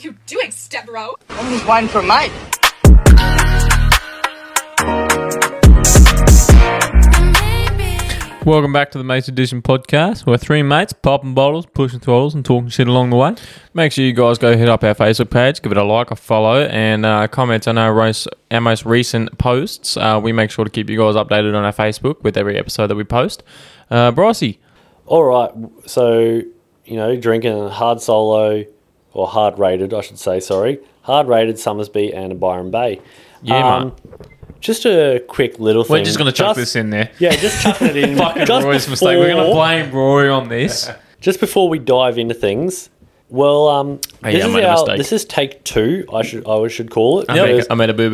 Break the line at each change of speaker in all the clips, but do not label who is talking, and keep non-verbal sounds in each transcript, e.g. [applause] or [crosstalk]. you doing, Stebro?
Only one for mine.
Welcome back to the Mates Edition podcast. We're three mates popping bottles, pushing throttles, and talking shit along the way. Make sure you guys go hit up our Facebook page, give it a like, a follow, and uh, comment on our, ros- our most recent posts. Uh, we make sure to keep you guys updated on our Facebook with every episode that we post. Uh, Brycey,
All right. So, you know, drinking hard solo or hard rated, I should say, sorry. Hard rated Summersby and a Byron Bay. Um,
Yeah,
Just a quick little thing.
we're just going to chuck this in there.
Yeah, just chucking it in.
[laughs] Fucking
just
Roy's mistake. We're going to
before-
blame Roy on this.
just before we dive into things, well, um,
Hey,
this,
I
is
made a
our,
mistake.
this is take two. I should I should call it.
[laughs] I
because
made a- I made a boo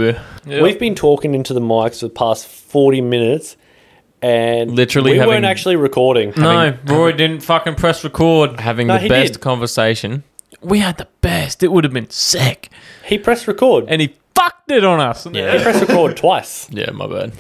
boo.
We've been talking into the mics for the past forty minutes, and
Literally
we
having-
weren't actually recording.
No, Roy didn't fucking press record. Having
No,
the
he
best
did.
conversation. We had the best. It would have been sick.
he pressed record.
And he fucked it on us.
he pressed record twice.
Yeah, my bad.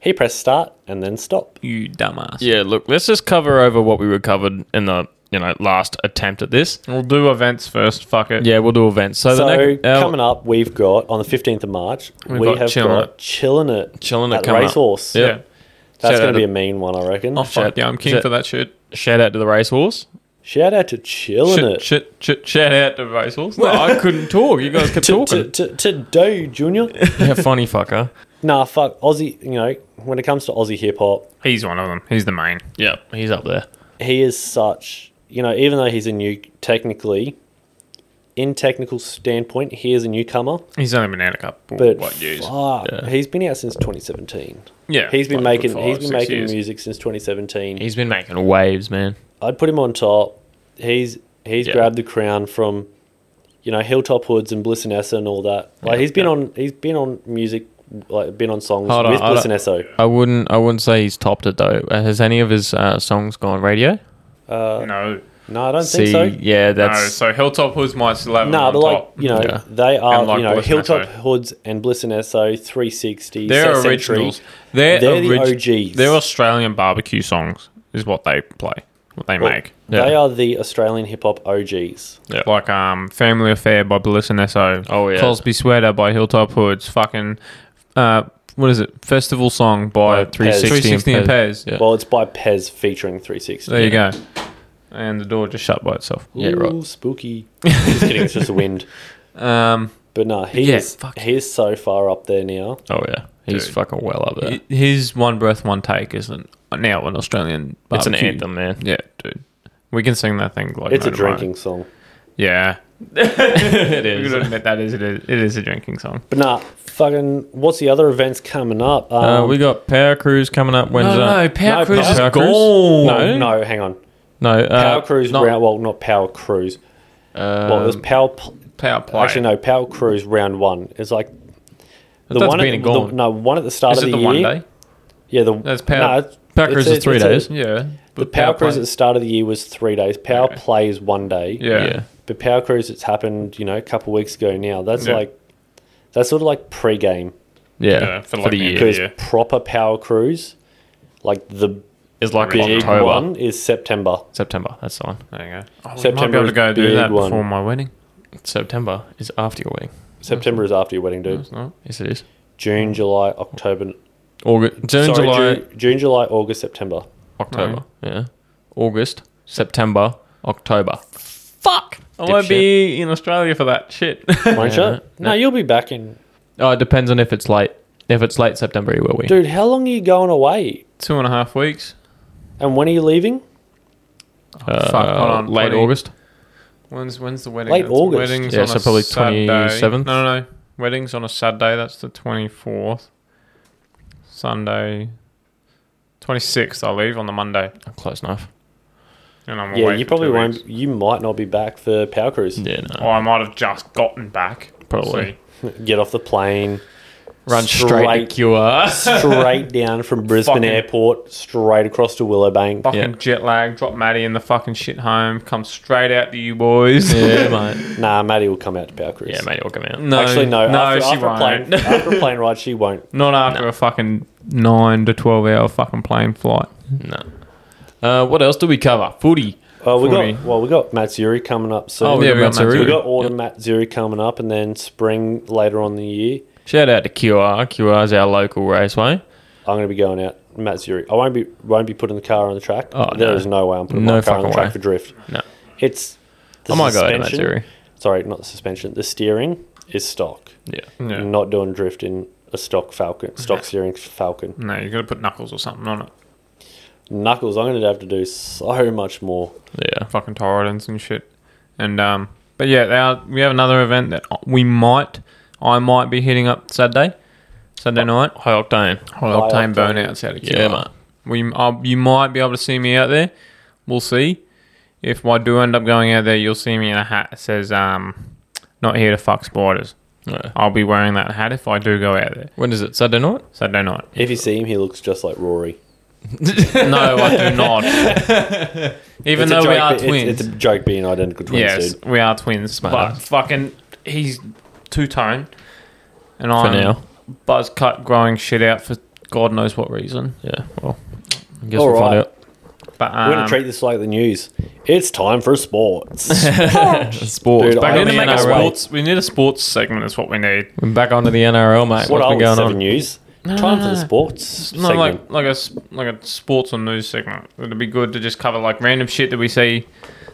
He pressed start and then stop.
You dumbass.
Yeah, look, let's just cover over what we recovered in the you know last attempt at this.
We'll do events first. Fuck it.
Yeah, we'll do events. So,
So
the next,
coming up, we've got on the fifteenth of March, we
got
have
Chillin'
got chilling it,
Chillin' It
at
coming up.
racehorse.
Yeah.
that's
Shout
going
out
to be a
to-
mean one, I reckon.
Oh, fuck
Shit.
yeah. I'm king
Shit.
for that shit.
shout out to the racehorse.
Shout out to chilling
Shit,
it.
shit, shit. Shout out to Racehorse. No, I couldn't talk. You guys
[laughs]
kept
to, to,
talking.
to, to do junior
[laughs] yeah, funny fucker.
nah fuck aussie you know when it comes to aussie hip-hop
He's one of them. He's the main.
Yeah, he's up there.
he is such you know even though he's a new technically in technical standpoint he is a newcomer
He's only been out a couple
but
what years.
fuck, he's been out since 2017
Yeah,
he's been
like
making
five,
he's been
six
making
years.
music since 2017
He's been making waves, man.
i'd put him on top he's he's
Yeah.
grabbed the crown from you know hilltop hoods and bliss and esso and all that like he's been on he's been on music like been on songs
Hold on,
with
I
bliss and
don't-
esso
I wouldn't. I wouldn't say he's topped it though. Uh, Has any of his uh, songs gone radio?
No.
Uh, no i don't think so
yeah, that's
no, so Hilltop Hoods might still have him
No,
on
but like
top.
you know,
Yeah.
they are
And like
you know
Bliss and
Hilltop
SO.
Hoods and Bliss and SO 360.
They're
Set Century.
originals. They're,
They're the
orig-
OGs.
They're Australian barbecue songs, is what they play, what they make.
They
Yeah.
are the Australian hip hop OGs.
Yeah.
Like um, Family Affair by Bliss and SO.
Oh, yeah.
Cosby Sweater by Hilltop Hoods. Fucking, uh, what is it? Festival Song
By
by
Pez.
360 and Pez.
Yeah.
Well, it's by Pez featuring 360.
There you go. And the door just shut by itself.
Yeah, right.
Ooh, spooky. [laughs] just kidding. It's just the wind.
Um,
But no, he
Yeah,
is
fuck.
he is so far up there now.
Oh yeah, he's
Dude.
fucking well up there.
hi- his One Breath, One Take is an, now an Australian
It's an
barbecue.
anthem, man.
Yeah, dude. We can sing that thing like
It's
no
a
tomorrow.
drinking song.
[laughs] Yeah,
it
we can admit that is it is it is a drinking song.
But nah, fucking. What's the other events coming up? Um,
Uh, we got Power Cruise coming up Wednesday.
Power
No, Cruise Power is
Cruise?
gone.
no, no, hang on.
No, uh,
Power Cruise
not- uh, Um,
round. Well, not Power Cruise. well, it was Power. Pl-
Power play.
Actually, no. Power Cruise round one is like the
that's
one.
been
At,
and
the,
gone.
no, one at the start
Is
of
it
the,
the
year.
one day?
Yeah, the
That's Power-
it's-
Power Cruise
it's-
is three
it's a-
days.
Yeah.
the Power Cruise at the start of the year was three days. Power Play is one day.
Yeah.
Yeah.
But Power Cruise, it's happened. You know, a couple weeks ago now. That's
Yeah.
like that's sort of like pre-game
Yeah,
Yeah, for
for,
like
the
the
year.
because
yeah.
proper Power Cruise, like the
It's like
big
October.
one, is September.
September, that's the one.
There you go. Oh,
September
might be able to
is
go do
big
that
one.
before my wedding.
September is after your wedding.
September is after your wedding, dude.
No.
Yes, it is.
June, July, October.
August, June,
sorry,
July,
June, June, July, August, September.
October. Yeah. August, September, October.
Fuck. I won't be in Australia for that shit. [laughs]
Won't you? No, you'll be back in.
Oh, it depends on if it's late. If it's late September, you will win.
Dude, how long are you going away?
Two and a half weeks.
And when are you leaving?
Uh,
fuck, hold on,
Late
20.
August.
When's when's the wedding?
Late August.
Weddings
Yeah,
on
so
a
probably
Saturday.
27th.
No, no, no. Weddings on a Saturday. That's the twenty fourth. Sunday. Twenty sixth. I leave on the Monday,
Uh, Close enough.
and I'm
Yeah,
away
you
for
probably
two
won't.
weeks.
You might not be back for Power Cruise.
Yeah, no.
Or I might have just gotten back.
Probably.
See.
Get off the plane,
Run straight, to QR.
[laughs] straight down from Brisbane
Fucking-
Airport, straight across to Willowbank.
Fucking
Yeah.
jet lag. Drop Maddie in the fucking shit home. Come straight out to you boys.
[laughs]
[laughs]
yeah, mate.
Nah, Maddie will come out to Power Cruise.
Yeah, mate, it'll come out.
No,
Actually, no.
no,
after,
she
after
won't.
A plane,
[laughs]
after a plane ride, she won't.
Not after a fucking nine to twelve hour fucking plane flight.
No. Uh, what else do we cover? Footy.
Well, we
Forty.
got well, we got Matsuri coming up soon.
Oh,
yeah, we got
So
Matsuri.
we got autumn Matsuri coming up, and then spring later on in the year.
Shout out to QR. QR's our local raceway.
I'm going to be going out Matsuri. I won't be won't be putting the car on the track.
Oh,
there
no.
is no way I'm putting
No
my car on the
fucking
track
way.
for drift.
No.
it's the
I might go out to
suspension-
Matsuri.
Sorry, not the suspension. The steering is stock.
Yeah.
Yeah.
I'm not doing drift in a stock Falcon, stock steering Falcon.
No, you got to put knuckles or something on it.
Knuckles, I'm going to have to do so much more.
Yeah.
fucking Torridans and shit. And um, but yeah, our, we have another event that we might, I might be hitting up Saturday, Saturday night.
High octane.
High octane
octane.
burnouts out of
Yeah,
Kira.
mate.
We, i you might be able to see me out there. We'll see. If I do end up going out there, you'll see me in a hat that says um, "Not here to fuck spiders."
Yeah.
I'll be wearing that hat if I do go out there
When is it? Saturday night?
Saturday night.
[laughs]
If you see him, he looks just like Rory.
No, I
[laughs]
do not. Even
It's a
though we
joke
are
be- it's- It's,
twins,
a joke being identical twins,
Yes,
dude.
we are twins, but
ass.
fucking, he's two tone, and I'm
now.
buzz cut growing shit out for God knows what reason.
Yeah. Well, I guess
All
we'll find
right.
out.
But
We're going
um,
to treat this like the news. It's time for
[laughs]
sports.
Sports.
Dude,
back
I
we
on
need
the
to make a
NRL.
NRL.
sports. We need a sports segment. Is what we need.
We're back onto the NRL, mate. What's
what are
been
we,
going
seven
on?
news? time for the sports
No,
segment.
like like a s- like a sports or news segment. It'd be good to just cover like random shit that we see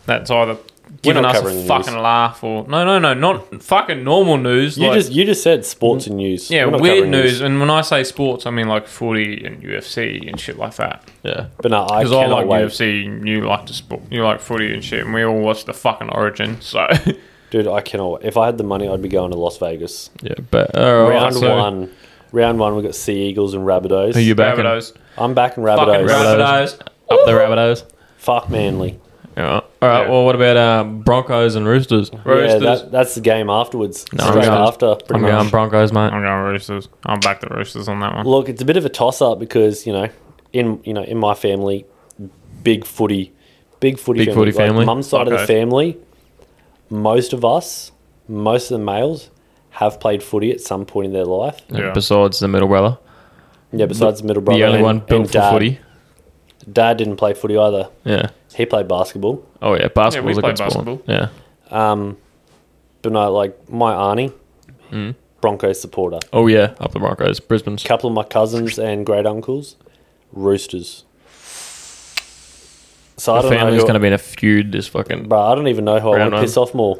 that's either giving
not
us
covering the
a
news.
fucking laugh or no no no not fucking normal news.
you
like,
just you just said sports and news.
yeah
We're not
weird
covering
news. And when I say sports, I mean like footy and UFC and shit like that.
Yeah.
But no, I
Because I
cannot
like
wait,
UFC, and you like to sport, you like footy and shit, and we all watch the fucking Origin. So [laughs]
dude. I cannot. Wait. If I had the money, I'd be going to Las Vegas.
Yeah. But
Oh,
all right.
round
so
one, round one. We got Sea Eagles and Rabbitohs.
Who you backing? Up
Rabbitohs,
I'm back in
fucking
Rabbitohs.
Rabbitohs.
the Rabbitohs.
Fuck Manly.
Yeah. All right.
Yeah.
Well, what about uh, Broncos and Roosters?
Yeah,
Roosters.
that, that's the game afterwards.
No,
Straight
I'm going-
after,
I'm
pretty
going
much.
Broncos, mate.
I'm going Roosters. I'm back the Roosters on that one.
Look, it's a bit of a toss-up because you know, in you know, in my family, big footy, big footy,
Big footy family.
Like, mum's side of the
Okay.
family, most of us, most of the males, have played footy at some point in their life.
Yeah.
Besides the middle brother,
Yeah, besides the middle
the
brother,
only
and-
one built
and
for
dad.
footy.
Dad didn't play footy either.
Yeah.
He played basketball.
Oh yeah, basketball's
play
a good sport.
basketball.
Yeah.
Um, but no, like my auntie,
Mm.
Broncos supporter.
Oh yeah, up the Broncos, Brisbane's.
couple of my cousins and great uncles, Roosters. So I
The
don't know.
family's
Who,
going to be in a feud this fucking.
bro, I don't even know who I
Round
want to
one.
piss
[laughs]
off more.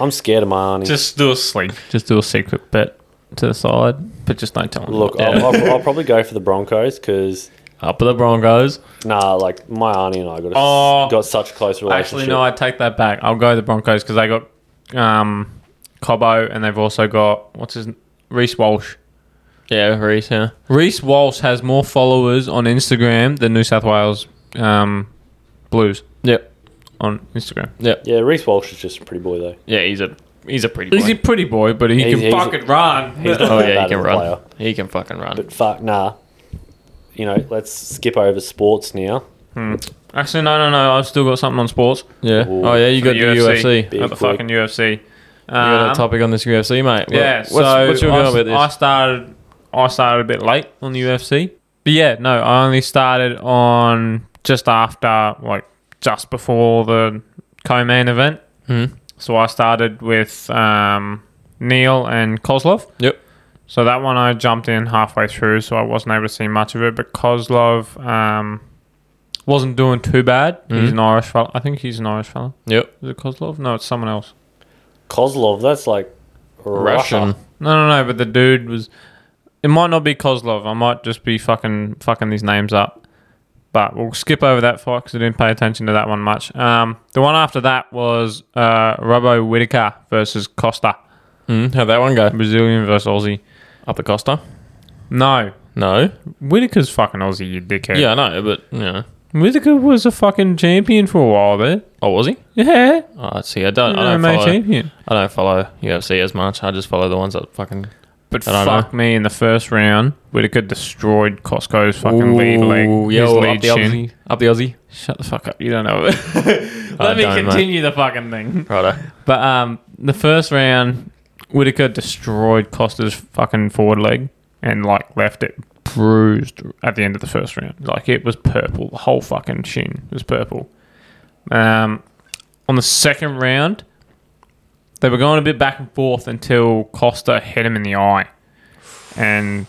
I'm scared of my auntie.
Just do a sleep.
Just do a secret bet to the side, but just don't tell them.
Look, I'll, I'll, I'll probably go for the Broncos because
up the Broncos.
nah, like my auntie and I got a,
Oh.
got such a close relationship.
Actually, no, I take that back. I'll go the Broncos because they got um, Cobo and they've also got what's his Reese Walsh.
Yeah, Reese. Yeah.
Reese Walsh has more followers on Instagram than New South Wales um, Blues
Yep.
on Instagram.
Yep.
yeah, Reese Walsh is just a pretty boy though.
Yeah, he's a he's a pretty boy.
He's a pretty boy, but he
He's-
can
he's-
fucking run. [laughs]
oh yeah,
bad
he can
as a
run.
player.
He can fucking run.
But fuck, nah. You know, let's skip over sports now.
Actually, no, no, no. I've still got something on sports.
yeah.
Ooh.
Oh yeah, you got the UFC.
Big
You
Got the
quick.
fucking UFC.
got
Um,
a topic on this UFC, mate. What-
Yeah.
What's,
so
what's your
I,
go about this?
I started. I started a bit late on the UFC, but yeah, no, I only started on just after, like, just before the co-main event.
Mhm.
So I started with um, Neil and Kozlov.
Yep.
So that one I jumped in halfway through, so I wasn't able to see much of it. But Kozlov um, wasn't doing too bad. He's
Hmm.
an Irish fella. I think he's an Irish fella.
Yep.
Is it Kozlov? No, it's someone else.
Kozlov, that's like Russia.
Russian.
No, no, no. But the dude was. It might not be Kozlov. I might just be fucking fucking these names up. But we'll skip over that fight because I didn't pay attention to that one much. Um, the one after that was uh, Robbo Whitaker versus Costa,
Mm, how'd that one go?
Brazilian versus Aussie.
Up the Costa?
No,
No.
Whitaker's fucking Aussie, you dickhead.
Yeah, I know, but you know.
Whitaker was a fucking champion for a while there.
Oh, was he?
Yeah,
Oh, see, I don't, I don't
MMA
follow.
champion.
I don't follow UFC as much. I just follow the ones that fucking.
But
I don't
fuck me, in the first round, Whitaker destroyed Costco's fucking lead
Ooh,
leg, his
yo,
lead
up the
shin.
Aussie. Up the Aussie.
Shut the fuck up. You don't know [laughs] it.
[laughs] I
Let me
don't, mate.
continue the fucking thing.
Righto.
But um, the first round, Whitaker destroyed Costa's fucking forward leg and like left it bruised at the end of the first round. Like it was purple. The whole fucking shin was purple. Um, on the second round, they were going a bit back and forth until Costa hit him in the eye, and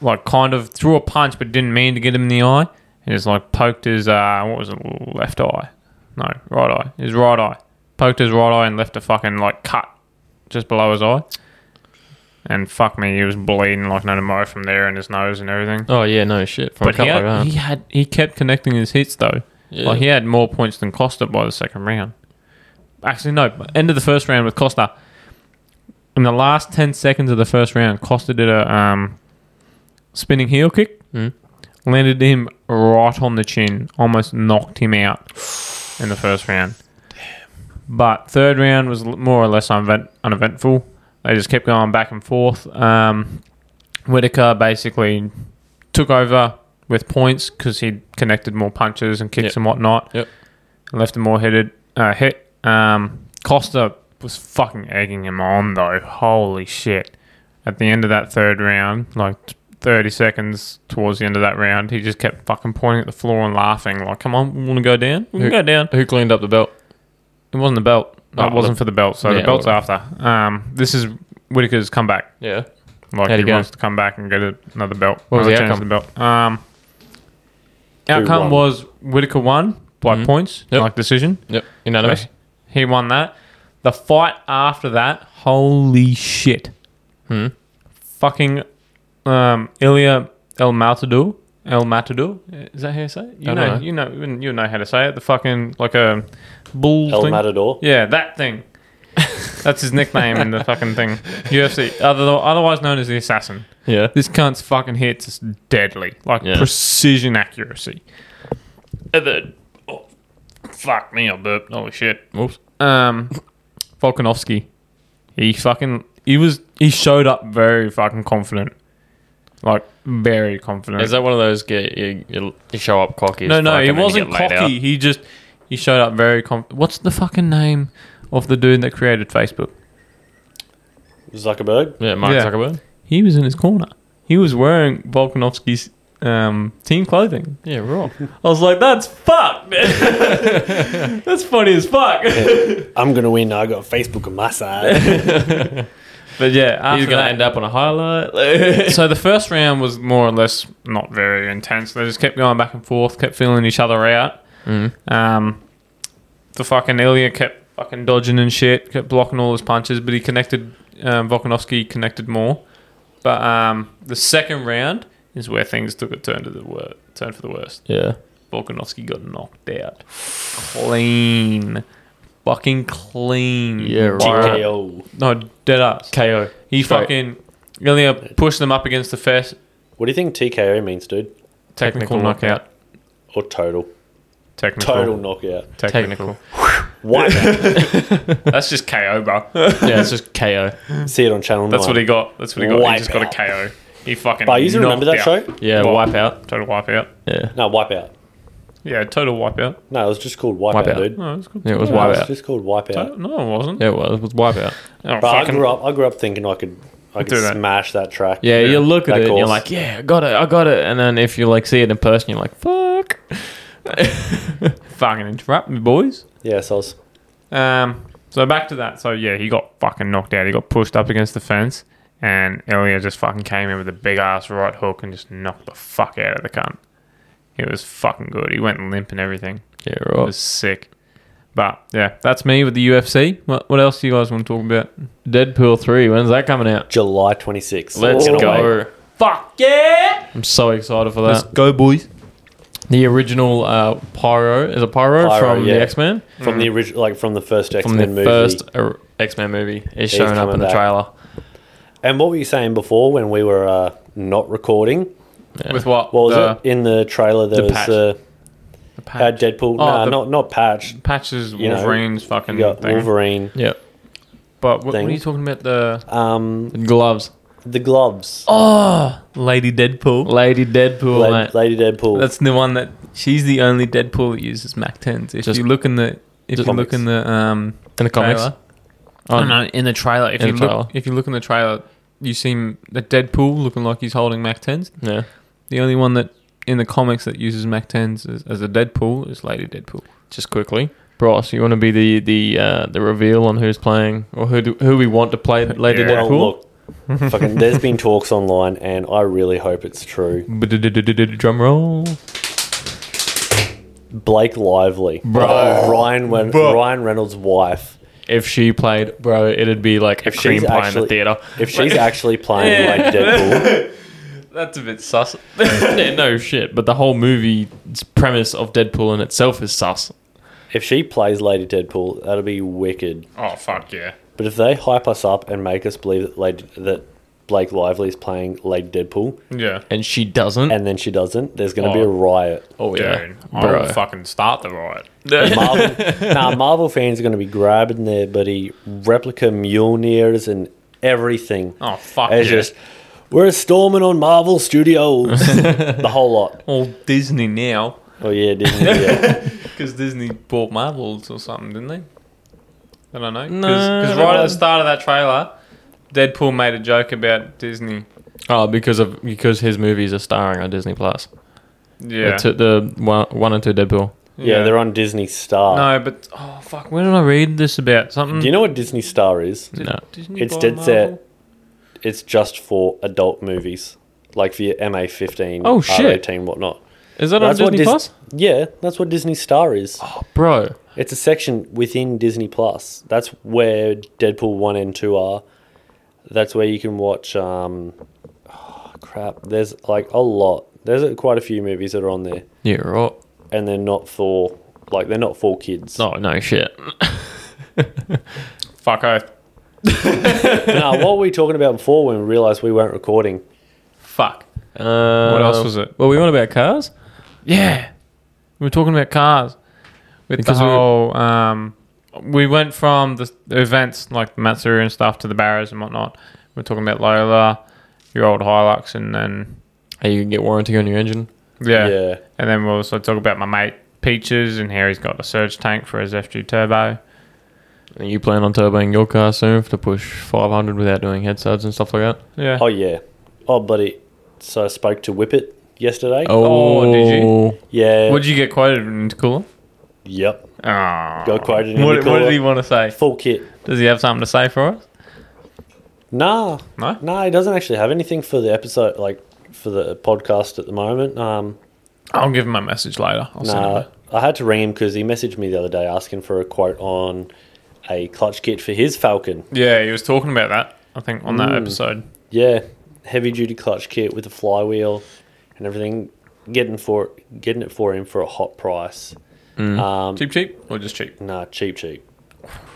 like kind of threw a punch but didn't mean to get him in the eye, and just like poked his uh, what was it, left eye? No, right eye. His right eye. Poked his right eye and left a fucking like cut just below his eye. And fuck me, he was bleeding like no tomorrow from there and his nose and everything.
Oh yeah, no shit. From
But he had, he had he kept connecting his hits though.
Yeah.
Like he had more points than Costa by the second round. Actually, no. End of the first round with Costa. In the last ten seconds of the first round, Costa did a um, spinning heel kick,
Mm.
landed him right on the chin, almost knocked him out in the first round. But third round was l- more or less unevent- uneventful. They just kept going back and forth. Um, Whitaker basically took over with points because he connected more punches and kicks
Yep.
and whatnot.
Yep.
And left him more headed uh, hit. Um, Costa was fucking egging him on though. Holy shit! At the end of that third round, like t- thirty seconds towards the end of that round, he just kept fucking pointing at the floor and laughing. Like, come on, we want to go down. We can
Who-
go down.
Who cleaned up the belt?
It wasn't the belt.
Oh,
No, it wasn't for the belt. So
Yeah,
the belt's after. Um, this is Whitaker's comeback.
Yeah.
Like
How'd
he
it go?
wants to come back and get a- another belt.
What was
another
the
chance
outcome?
at The belt. Um,
Who
outcome
won?
was Whitaker won by points,
Mm-hmm. Yep.
like decision.
Yep. Unanimous.
He won that. The fight after that, holy shit!
Hmm.
Fucking um, Ilya El Matador. El Matador. Is that how you say it? You
I
know,
dunno.
you know, you know how to say it. The fucking like a bull
El
thing.
Matador.
Yeah, that thing. That's his nickname in [laughs] the fucking thing. UFC, other, otherwise known as the Assassin.
Yeah.
This cunt's fucking hits is deadly, like
Yeah.
precision accuracy. And then, oh, fuck me, I burped. Holy shit!
Oops.
Um, Volkanovski, he fucking he was he showed up very fucking confident, like very confident.
Is that one of those get you, you, you show up cocky? as
no, no,
fuck
he
and then you
wasn't
get laid
cocky. He just he showed up very confident. What's the fucking name of the dude that created Facebook?
Zuckerberg.
out? Yeah, Mark
Yeah.
Zuckerberg.
He was in his corner. He was wearing Volkanovski's um, team clothing.
Yeah, right.
I was like, that's fucked. [laughs] that's funny as fuck. [laughs]
I'm gonna win. I got Facebook on my side.
But yeah,
He's
after
gonna
that-
end up on a highlight. [laughs]
so the first round was more or less not very intense. They just kept going back and forth, kept feeling each other out.
Mm.
Um, the fucking Ilya kept fucking dodging and shit, kept blocking all his punches, but he connected. Um, Volkanovski connected more, but um, the second round is where things took a turn to the wor- turn for the worst.
yeah.
Volkanovski got knocked out, clean, fucking clean.
Yeah, right.
By-
TKO.
No, dead ass.
KO.
He
Straight.
fucking Ilya pushed them up against the fence.
What do you think TKO means, dude?
Technical,
Technical
knockout.
Or total?
Technical.
Total knockout.
Technical.
Technical.
Wipe.
[laughs] That's just KO, bro.
yeah, it's just KO.
See it on channel.
That's
nine.
what he got. That's what he got. he
Wipe
just got a
out.
KO. He fucking.
But you still remember that
knocked
show?
out.
Yeah,
Wipe.
wipe out.
Total wipeout.
Yeah.
No, Wipeout.
Yeah, total wipeout.
No, it was just called Wipeout,
Wipeout.
dude.
No, it's good.
Yeah, it was
No,
wipe
it was
out.
just called Wipeout.
No, it wasn't.
Yeah, it was. It was wipe out.
Oh,
But I
fucking-
grew up. I grew up thinking I could. I
Do
could
that.
smash that track.
Yeah, you look at
That
it and you're
course.
like, yeah, I got it, I got it. And then if you like see it in person, you're like, fuck.
fucking interrupt me, boys.
Yeah, so I was
Um, so back to that. So yeah, he got fucking knocked out. He got pushed up against the fence, and Ilya just fucking came in with a big ass right hook and just knocked the fuck out of the cunt. It was fucking good. He went limp and everything.
Yeah,
It
right.
was sick. But yeah, that's me with the UFC. What, what else do you guys want to talk about?
Deadpool 3, when's that coming out?
July 26th.
Let's
Cannot wait.
go.
Fuck yeah!
I'm so excited for that.
go, boys.
the original uh, Pyro is a Pyro,
Pyro,
from
yeah.
the X Men,
From
Mm.
the original, like from the first X
from the
Men movie.
first uh, X Men movie, is showing up
coming
in the
back.
trailer.
And what were you saying before when we were uh, not recording?
With what?
What was
the,
it in the trailer? There
the
was
patch.
uh,
The
how
patch.
Deadpool.
Oh,
nah,
the-
not not patch.
Patches,
You know,
Wolverine's
You
fucking
got
thing.
Wolverine.
Yeah,
But what, what are
thing.
you talking about? The
Um,
gloves.
the gloves.
Oh, Lady Deadpool.
Lady Deadpool,
La-
mate.
Lady Deadpool.
That's the one that she's the only Deadpool that uses Mac tens. If
Just-
you look in the if you
just
look in the um
in the comics.
trailer, oh, no, in the trailer. If
In
you
the
look
trailer.
if you look in the trailer, you see m- the Deadpool looking like he's holding Mac tens.
Yeah,
The only one that in the comics that uses Mac 10s as, as a Deadpool is Lady Deadpool.
Just quickly, Bryce, you want to be the the uh, the reveal on who's playing or who do, who we want to play Lady
Yeah.
Deadpool?
Well, look,
[laughs]
fucking, there's been talks online, and I really hope it's true.
Drum roll.
Blake Lively,
Bro.
Ryan, Wen-
Bro.
Ryan Reynolds' wife.
If she played, bro, it'd be like a
she's
cream pie in
actually-
the theater.
If
[laughs]
she's actually playing like Deadpool,
That's a bit sus. [laughs] yeah, no shit. But the whole movie's premise of Deadpool in itself is sus.
if she plays Lady Deadpool, that'll be wicked.
Oh fuck yeah!
But if they hype us up and make us believe that Lady, that Blake Lively is playing Lady Deadpool,
Yeah,
And she doesn't.
and then she doesn't, there's going to be a
Oh.
riot.
oh yeah,
dude, I
bro.
will fucking start the riot.
Marvel, [laughs] nah, Marvel fans are going to be grabbing their buddy replica Mjolnirs and everything.
Oh fuck
it's
yeah!
just we're storming on Marvel Studios, the whole lot.
All Disney now
Oh yeah, Disney. Yeah.
because Disney bought Marvels or something, didn't they? I don't know.
No,
Because
they
right at
don't.
the start of that trailer, Deadpool made a joke about Disney.
oh, because of because his movies are starring on Disney Plus.
Yeah,
The, two, the one, one and two Deadpool.
yeah, they're on Disney Star.
No, but oh fuck, where did I read this about something?
Do you know what Disney Star is?
Did
No.
Disney
It's
buy
dead set.
Marvel?
It's just for adult movies, like for your MA fifteen,
Oh, shit.
eighteen, whatnot.
Is that on Disney
Dis-
Plus?
Yeah, that's what Disney Star is.
Oh, bro.
It's a section within Disney Plus. That's where Deadpool one and two are. That's where you can watch. Um, oh, crap, there's like a lot. There's uh, quite a few movies that are on there,
Yeah, right.
and they're not for like they're not for kids.
Oh no, shit.
Fuck oh, oath.
now, what were we talking about before when we realized we weren't recording?
Fuck.
Uh,
else was it?
Well, we went about cars.
Yeah. We were talking about cars. With
Because
the
we were-
whole, um, we went from the the events like Matsuru and stuff to the barriers and whatnot. We are talking about Lola, your old Hilux, and then
Hey, you can get warranty on your engine.
yeah,
Yeah.
and then we'll also talk about my mate Peaches and how he's got a surge tank for his FG turbo.
And you plan on turboing your car soon to push 500 without doing head studs and stuff like that?
Yeah.
Oh yeah. Oh buddy. So I spoke to Whippet yesterday.
Oh, did
you?
yeah.
Would you get quoted in Cooler?
yep.
Oh. Got
quoted in
What,
the
what
cooler.
did he want to say?
Full kit.
Does he have something to say for us?
Nah.
No?
Nah. He doesn't actually have anything for the episode, like for the podcast at the moment. Um.
I'll give him a message later. I'll send him
Nah.
a-
I had to ring him because he messaged me the other day asking for a quote on a clutch kit for his Falcon.
Yeah, he was talking about that. I think on that
Mm.
episode.
Yeah, heavy duty clutch kit with a flywheel and everything. Getting for getting it for him for a hot price. Um,
Cheap, cheap, or just cheap?
Nah, cheap, cheap.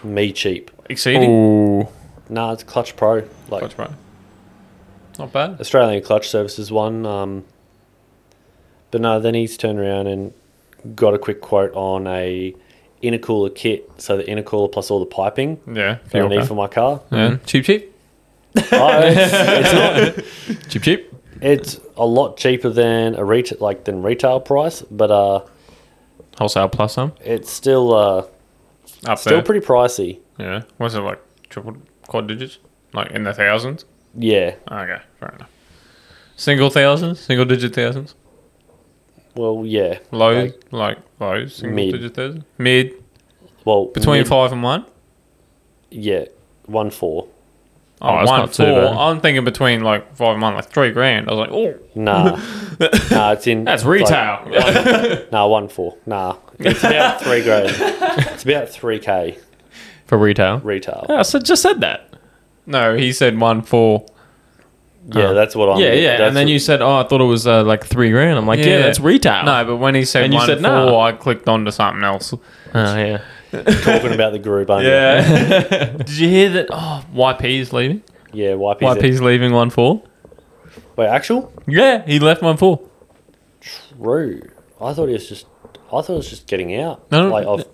Me cheap.
Exceeding.
Nah, it's Clutch Pro. Like
Clutch Pro. Not bad.
Australian Clutch Services one. Um, but no, then he's turned around and got a quick quote on a intercooler kit. So the intercooler plus all the piping
Yeah.
that I need for my car.
yeah. Cheap, cheap.
[laughs] Oh, it's, it's not.
[laughs]
Cheap, cheap.
It's a lot cheaper than a retail like than retail price, but uh,
Wholesale plus some.
it's still uh,
Up
still
there.
pretty pricey.
yeah. Was it like triple, quad digits? Like in the thousands?
Yeah.
Okay, fair enough. Single thousands, single digit thousands,
Well, yeah.
low,
Like,
like, low, single
Mid.
digit thousands, mid,
well,
between
mid-
five and one.
Yeah, one four.
Oh,
that's
one,
not too
four.
bad.
I'm thinking between like five and one, like three grand. I was like, oh, [laughs]
Nah, nah, it's in.
that's
it's like-
retail.
[laughs] Nah, one four. Nah, it's about three grand. It's about three k
For retail.
retail.
Yeah, I said, just said that.
no, he said one four.
Yeah, that's what I'm.
yeah, yeah.
that's
And then
what-
you said, oh, I thought it was uh, like three grand. I'm like, yeah,
Yeah.
that's retail.
No, but when he said
And you
one
said
four,
no.
I clicked onto something else.
Oh, yeah.
[laughs] talking about the group, aren't you?
Yeah. [laughs] Did you hear that? Oh, YP is leaving.
Yeah, YP's.
YP's leaving one four.
Wait, actual?
Yeah, he left one four.
True. I thought he was just. I thought it was just getting out,
No, no,
like of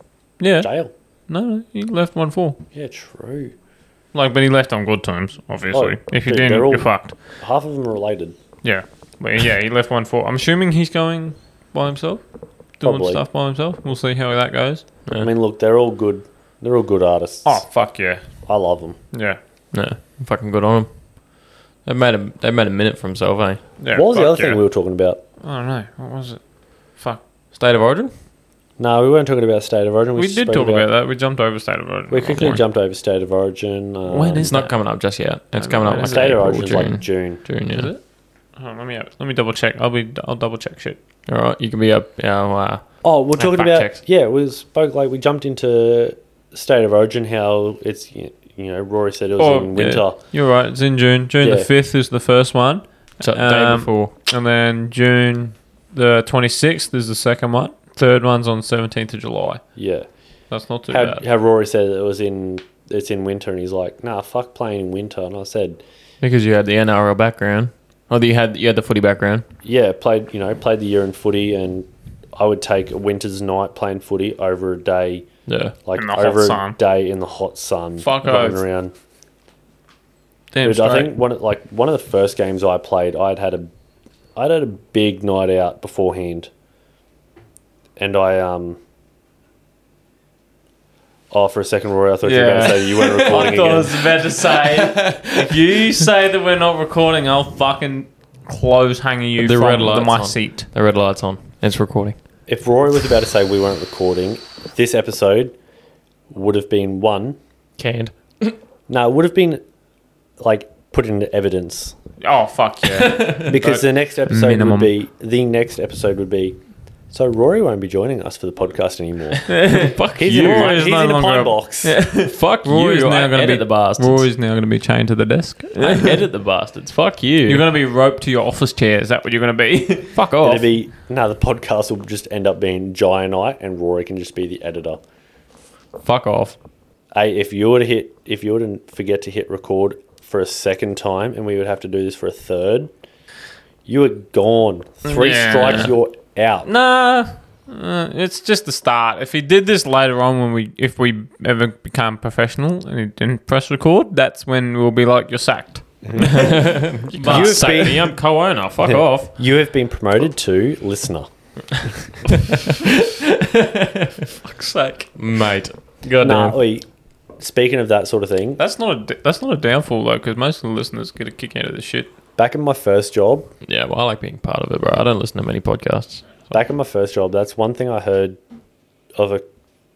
Yeah.
jail.
No, no, he left one four.
Yeah, true.
Like, but he left on good terms, obviously.
Oh,
if you
dude,
didn't,
they're all-
you're fucked.
Half of them are related.
Yeah. But yeah, he left one four. I'm assuming he's going by himself, doing
Probably.
stuff by himself. We'll see how that goes.
I mean, look, they're all good. They're all good artists.
Oh fuck yeah,
I love them.
yeah.
No, fucking good on him. They made a they made a minute for himself, eh?
Yeah,
what was the
fuck
other
yeah.
thing we were talking about?
I don't know. What was it? Fuck.
State of origin.
No, we weren't talking about state of origin.
We, did
spoke
talk about, that. We jumped over state of origin.
We quickly
Don't worry.
jumped over state of origin. Um,
when is it's Uh, not coming up just yet. It's
Um,
coming up
when
like
is it?
state
April,
of origin? Is
June.
like June.
June, yeah.
Is it? Hold on, let me have, let me double check. I'll be I'll double check shit.
All right, you can be up. Yeah, wow.
Oh, we're
No,
talking
fact
about
checks.
yeah. We spoke like we jumped into state of origin. How it's you know Rory said it was
Oh,
in
yeah.
winter.
You're right. It's in June. June the
Yeah.
fifth is the first one,
So day
Um,
before.
and then June the twenty sixth is the second one. Third one's on seventeenth of July.
Yeah,
That's not too
how,
bad.
how Rory said it was in it's in winter, and he's like, nah, fuck playing in winter. And I said,
Because you had the NRL background. Oh, you had you had the footy background.
yeah, played you know played the year in footy, and I would take a winter's night playing footy over a day
Yeah.
like
In the hot
over a
sun.
day in the hot sun,
Fuck
running
oath.
around.
Damn
Dude, I
straight.
think one of, like one of the first games I played, I'd had a, I'd had a big night out beforehand, and I um. Oh, for a second, Rory, I thought you were going
Yeah.
to say you weren't
[laughs] I
recording
thought I
again.
was about to say,
[laughs]
if you say that we're not recording, I'll fucking close hanging you
The
from
red
the-
light's
my
on.
seat.
The red light's on. It's recording.
If Rory was about to say we weren't recording, this episode would have been one.
Canned.
No, it would have been like put into evidence
Oh fuck yeah!
because the next episode
Minimum.
would be the next episode would be. So Rory won't be joining us for the podcast
[laughs]
anymore.
Fuck
He's
you.
in a, pine-
is
he's
no
in a
longer
pine
a-
box.
[laughs] Fuck you.
Rory's now
I
gonna
edit
be-
the bastards.
Rory's now going to be chained to the desk.
I edit the bastards. Fuck you.
You're going to be roped to your office chair. Is that what you're going to be?
[laughs]
[laughs]
fuck off.
It'd be no. The podcast will just end up being Jai and I, and Rory can just be the editor.
fuck off.
Hey, if you were to hit, if you were to forget to hit record for a second time, and we would have to do this for a third, you are gone. Three
Yeah.
strikes, you're out.
nah, uh, it's just the start. If he did this later on, when we if we ever become professional and he didn't press record, that's when we'll be like, you're sacked. you
Ah,
can't
You've
sack
[laughs]
been-
me. I'm co-owner. Fuck off.
You have been promoted to listener.
Fuck's sake.
Mate.
Goddamn.
um,
Nah, oi, speaking of that sort of thing,
That's not a that's not a downfall though, because most of the listeners get a kick out of this shit.
back in my first job,
Yeah, well, I like being part of it, bro. I don't listen to many podcasts.
back in my first job, that's one thing I heard of a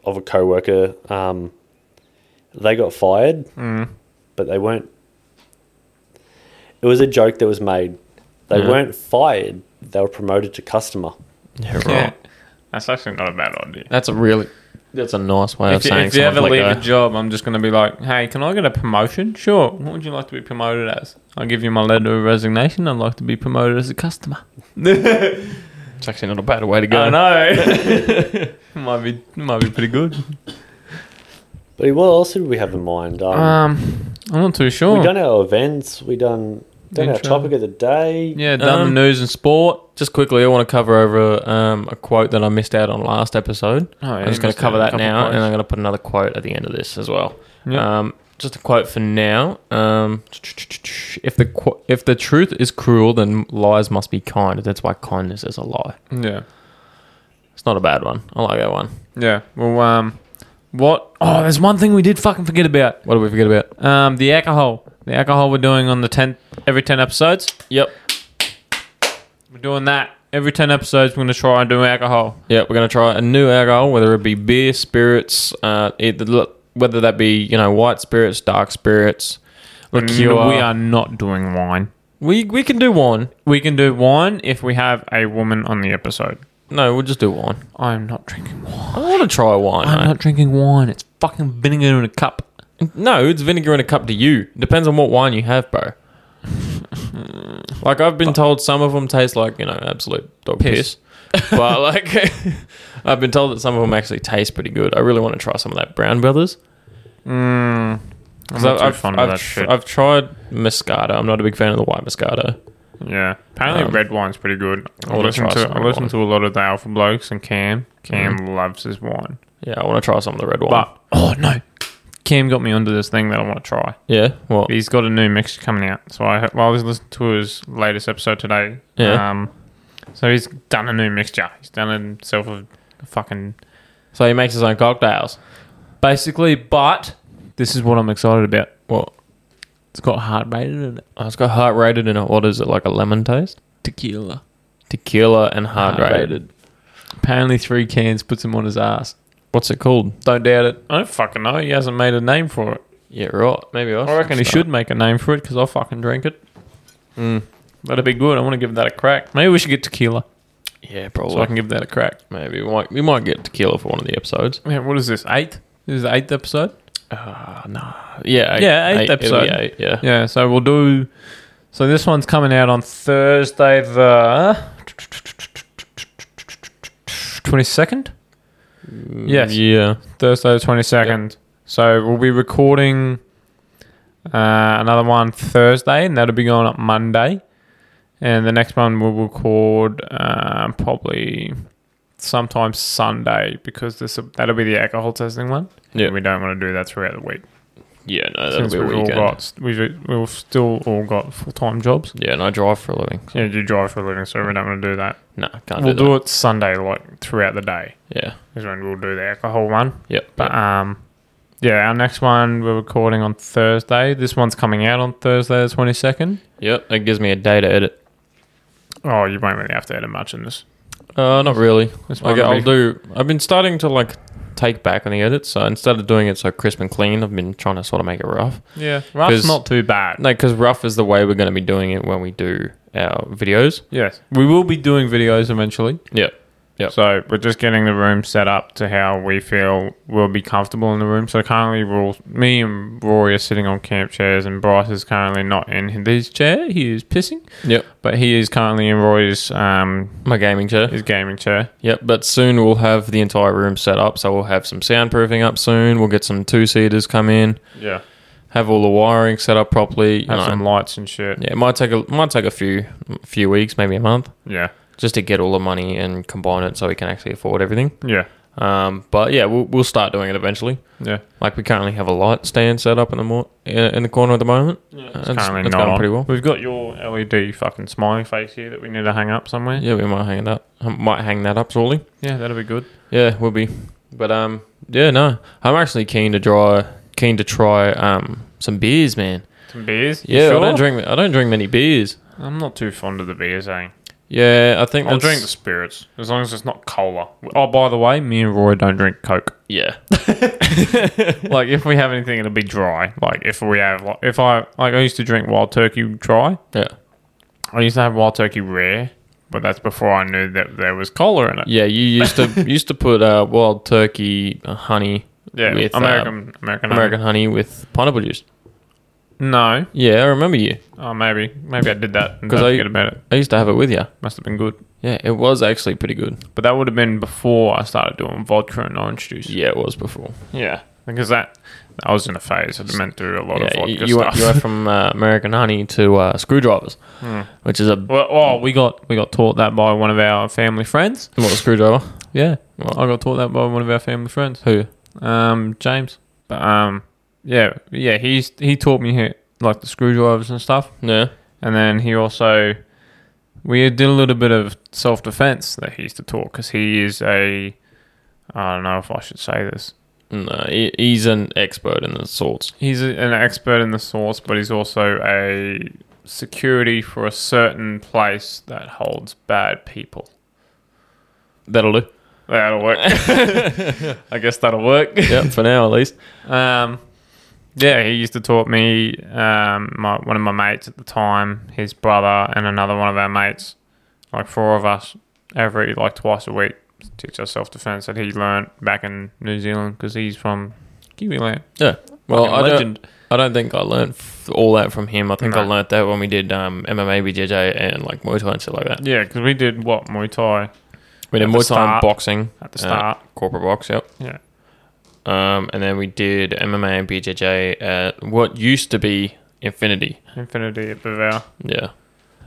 of a coworker. Um, they got fired,
Mm.
but they weren't. It was a joke that was made. They
Yeah.
weren't fired. They were promoted to customer.
Yeah, right.
That's actually not a bad idea.
That's a really, that's a nice way of
If you,
saying
if you
someone's
ever
let
leave
go.
a job, I'm just going to be like, hey, can I get a promotion? Sure. What would you like to be promoted as? I'll give you my letter of resignation. I'd like to be promoted as a customer. [laughs]
It's actually not a bad way to go.
I know. [laughs] might be might be pretty good.
But what else did we have in mind? Um,
Um, I'm not too sure.
we done our events. We done done our
Intro.
topic of the day.
yeah, done
Um,
the news and sport.
Just quickly, I want to cover over um, a quote that I missed out on last episode.
Oh, yeah,
I'm
you
just going
missed
to
out
cover
on a
that
couple
now, and
quotes.
I'm going to put another quote at the end of this as well.
Yeah.
Um, just a quote for now. Um, if the qu- if the truth is cruel, then lies must be kind. That's why kindness is a lie.
yeah.
It's not a bad one. I like that one.
Yeah. Well, um, what? Oh, there's one thing we did fucking forget about.
What did we forget about?
Um, the alcohol. The alcohol we're doing on the ten every ten episodes.
Yep.
We're doing that every ten episodes. We're gonna try and do alcohol.
Yeah, we're going to try a new alcohol, whether it be beer, spirits, uh, either, whether that be you know white spirits, dark spirits,
And
liqueur.
Mm, We are not doing wine.
we we can do one.
We can do wine if we have a woman on the episode.
No, we'll just do wine.
I'm not drinking wine.
I want to try wine.
I'm
mate.
not drinking wine. It's fucking vinegar in a cup.
No, it's vinegar in a cup to you. Depends on what wine you have, bro. like I've been told, some of them taste like you know absolute dog piss,
Piss.
but like [laughs] I've been told that some of them actually taste pretty good. I really want to try some of that Brown Brothers.
Mm, I'm
'Cause
not too
I've,
fond
I've
of that
tr-
shit.
I've tried Moscato. I'm not a big fan of the white Moscato.
yeah. Apparently,
Um,
red wine's pretty good. I
wanna
listen
try
to
some
I
red
listen
wine.
to a lot of the alpha blokes and Cam. Cam loves his wine.
Yeah, I want to try some of the red wine.
Mm. But oh no, Cam got me onto this thing that I want to try.
yeah, well,
He's got a new mix coming out. So I while I was listening to his latest episode today,
Yeah.
um, so he's done a new mixture. He's done himself a fucking
so he makes his own cocktails.
basically. But this is what I'm excited about.
Well,
It's got heart rated in it.
Oh, it's got heart rated in it. What is it like a lemon taste?
Tequila.
Tequila and heart,
Heart
rated.
rated. Apparently, three cans puts him on his ass.
What's it called?
Don't doubt it. I don't fucking know. He hasn't made a name for it.
Yeah, right. Maybe I.
I reckon he
start.
should make a name for it because I'll fucking drink it.
Mm.
That'd be good. I want to give that a crack. Maybe we should get tequila
Yeah, probably.
so I can give that a crack.
Maybe we might we might get tequila for one of the episodes.
Yeah, what is this? Eight? This is the eighth episode?
Uh, no. Yeah.
Yeah, eighth
it'll be
episode.
eight, yeah.
Yeah, so we'll do. So this one's coming out on Thursday, the 22nd? Yes.
Mm, Yeah.
Thursday, the 22nd. So we'll be recording uh, another one Thursday, and that'll be going up Monday. And the next one we'll record uh, probably sometime Sunday because this that'll be the alcohol testing one.
Yeah.
And we don't want to do that throughout the week.
Yeah. No, that'll
Since
be a
we've all
weekend.
got we've, we've still all got full time jobs.
Yeah, and I drive for a living.
Yeah, you drive for a living, so we don't want to do that.
No, can't
we'll
do,
do it Sunday, like throughout the day,
that. Yeah.
is when we'll do the alcohol one.
Yep.
But um, yeah, our next one we're recording on Thursday. This one's coming out on Thursday the twenty second.
yep. That gives me a day to edit.
Oh, you won't really have to edit much in this.
Uh, not really.
This
Like,
might
I'll
be-
do. I've been starting to like take back on the edits. So instead of doing it so crisp and clean, I've been trying to sort of make it rough.
Yeah,
'Cause-
rough's not too bad.
No, because rough is the way we're going to be doing it when we do our videos.
Yes, we will be doing videos eventually.
Yeah. Yep.
So we're just getting the room set up to how we feel we'll be comfortable in the room. So currently, we're all, me and Rory are sitting on camp chairs, and Bryce is currently not in his chair. He is pissing,
Yep.
but he is currently in Rory's um,
My gaming chair.
his gaming chair.
Yep, but soon we'll have the entire room set up. So we'll have some soundproofing up soon. We'll get some two seaters come in.
Yeah,
Have all the wiring set up properly. you
have
know.
some lights and shit.
yeah, it might take a might take a few few weeks, maybe a month,
Yeah,
just to get all the money and combine it so we can actually afford everything.
yeah,
Um, but yeah, we'll we'll start doing it eventually.
yeah.
Like we currently have a light stand set up in the mor- in in the corner at the moment. Yeah,
It's
it's, it's
currently
going
not on.
pretty well.
We've got your LED fucking smiley face here that we need to hang up somewhere.
Yeah, we might hang it up. I might hang that up shortly.
Yeah, that'll be good.
Yeah, will be. But um, yeah, no, I'm actually keen to draw, keen to try um some beers, man.
Some beers. You
Yeah,
sure?
I don't drink, I don't drink many beers.
I'm not too fond of the beers, eh?
Yeah, I think
I'll
that's-
drink the spirits as long as it's not cola. Oh, by the way, me and Roy don't drink
[laughs]
Coke.
Yeah,
like if we have anything, it'll be dry. Like if we have, like, if I like, I used to drink Wild Turkey dry.
yeah,
I used to have Wild Turkey rare, but that's before I knew that there was cola in it.
yeah. You used
[laughs]
to used to put uh, wild turkey uh, honey,
Yeah,
with, uh,
American, American,
American honey with pineapple juice.
No,
Yeah, I remember you.
oh maybe, maybe I did that because
Because
I
I-
forget about it.
I used to have it with you.
Must have been good.
Yeah, it was actually pretty good.
But that would have been before I started doing vodka and orange juice.
Yeah, it was before.
Yeah. Because that, I was in a phase. I'd been through a lot of
Yeah,
vodka
you, you went,
stuff.
you
[laughs]
went from uh, American honey to uh, screwdrivers,
Hmm.
which is a
well, oh, we got we got taught that by one of our family friends.
what a screwdriver.
Yeah,
What?
I got taught that by one of our family friends,
Who?
um, James. But um, yeah, yeah, he's he taught me how- like the screwdrivers and stuff,
Yeah.
and then he also we did a little bit of self defense that he used to taught because he is a I don't know if I should say this.
No, he, he's an expert in the sorts.
He's a, an expert in the source, but he's also a security for a certain place that holds bad people.
That'll do.
That'll [laughs] work. I guess that'll work.
Yeah, [laughs] for now at least.
Um, yeah, he used to taught me, um, my, one of my mates at the time, his brother, and another one of our mates, like four of us, every like twice a week, teach us self defense that he learned back in New Zealand because he's from Kiwiland.
Yeah. Well,
Fucking
I don't,
legend.
I don't think I learned f- all that from him. I think I
No.
learnt that when we did um, MMA, BJJ, and like Muay Thai and shit like that.
Yeah, because we did what Muay Thai
We did
At the
Muay Thai and
start.
boxing,
at the
Uh,
start.
corporate box, yep.
yeah,
Um, and then we did MMA and BJJ at what used to be Infinity.
Infinity at Bavau.
Yeah.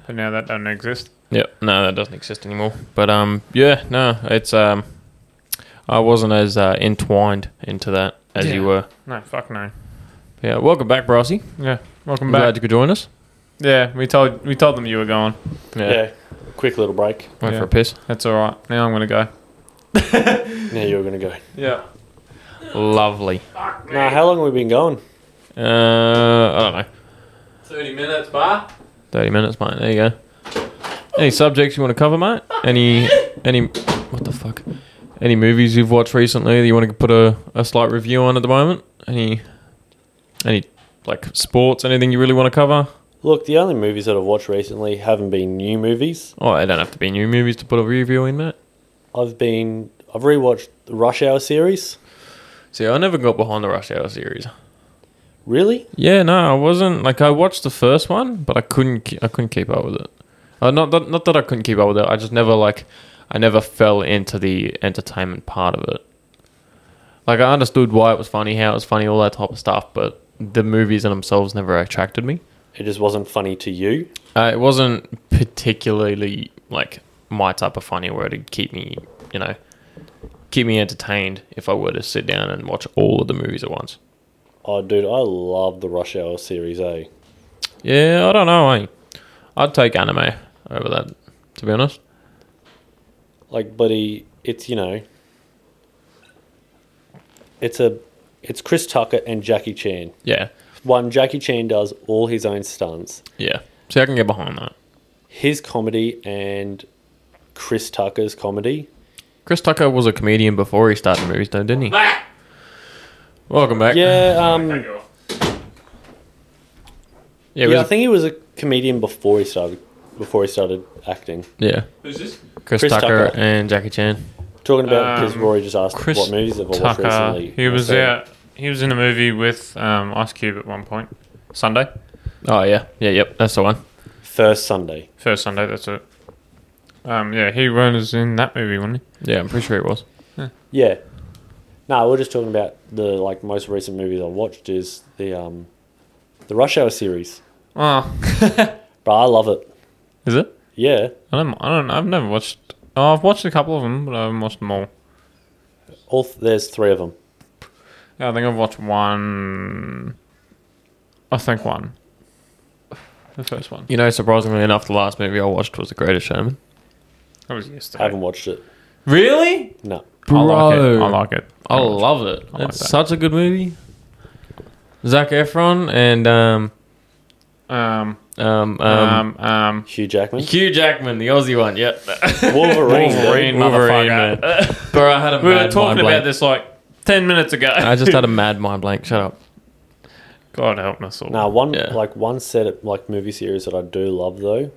But now that doesn't exist.
Yep. No, that doesn't exist anymore. But um, yeah, no, it's um, I wasn't as uh, entwined into that as you
Yeah.
were.
No, fuck no.
Yeah. Welcome back, Brassy.
Yeah, welcome
I'm
back.
glad you could join us.
Yeah, we told we told them you were going.
Yeah. Quick little break.
Went
Yeah.
for a piss.
That's all right. Now I'm gonna go.
Now you're going to go.
Yeah.
Lovely.
Now, how long have we been going?
Uh, I don't know. Thirty minutes, mate. Thirty minutes, mate. There you go. Any subjects you want to cover, mate? Any, any, what the fuck? Any movies you've watched recently that you want to put a, a slight review on at the moment? Any, any, like sports? Anything you really want to cover?
Look, the only movies that I've watched recently haven't been new movies.
Oh, it don't have to be new movies to put a review in, mate.
I've been I've rewatched the Rush Hour series.
See, I never got behind the Rush Hour series.
Really?
Yeah, no, I wasn't. Like, I watched the first one, but I couldn't. ke- I couldn't keep up with it. Uh, not that, not that I couldn't keep up with it. I just never like. I never fell into the entertainment part of it. Like, I understood why it was funny, how it was funny, all that type of stuff, but the movies in themselves never attracted me.
It just wasn't funny to you.
Uh, it wasn't particularly like my type of funny where it'd keep me, you know, keep me entertained if I were to sit down and watch all of the movies at once.
Oh, dude, I love the Rush Hour series, eh?
Yeah, I don't know. I, I'd take anime over that, to be honest.
Like, buddy, it's you know, it's a, it's Chris Tucker and Jackie Chan.
Yeah,
One, Jackie Chan does all his own stunts.
yeah. See, I can get behind that.
His comedy and Chris Tucker's comedy.
Chris Tucker was a comedian before he started movies, though, didn't he? Welcome back.
Yeah, um,
yeah.
yeah. I
was-
think he was a comedian before he started, before he started acting.
yeah.
Who's this?
Chris,
Chris
Tucker,
Tucker.
and Jackie Chan.
Talking about because
Um,
Rory just asked
Chris
what movies have I watched
Tucker.
recently.
He was
So,
out. He was in a movie with um, Ice Cube at one point. Sunday,
Oh yeah, yeah, yep. That's the one.
first Sunday.
first Sunday. That's it. Um, yeah, he was in that movie, wasn't
Yeah, I'm pretty sure it was.
Yeah. No, we're just talking about the like most recent movies I watched is the um, the Rush Hour series.
he? Oh,
But I love it.
is it?
Yeah,
I don't. I don't. I've never watched. Oh, I've watched a couple of them, but I haven't watched them all.
all th- there's three of them.
Yeah, I think I've watched one. I think one. The first one.
You know, surprisingly enough, the last movie I watched was The Greatest Showman.
That was
I haven't
yesterday.
watched it.
Really?
No,
I like it. I like it.
I love it.
I like
it's
that.
such a good movie. Zach Efron and um
Um,
um um,
um, um,
Hugh
[laughs]
Jackman,
Hugh Jackman, the Aussie one. Yep.
Wolverine. dude.
Wolverine,
Wolverine,
motherfucker. [laughs]
Bro, I had a
we were
mad mind
talking
blank.
about this like ten minutes ago.
I just had a mad mind blank. Shut up.
God help us all.
Nah, one
Yeah.
like one set of, like movie series that I do love though.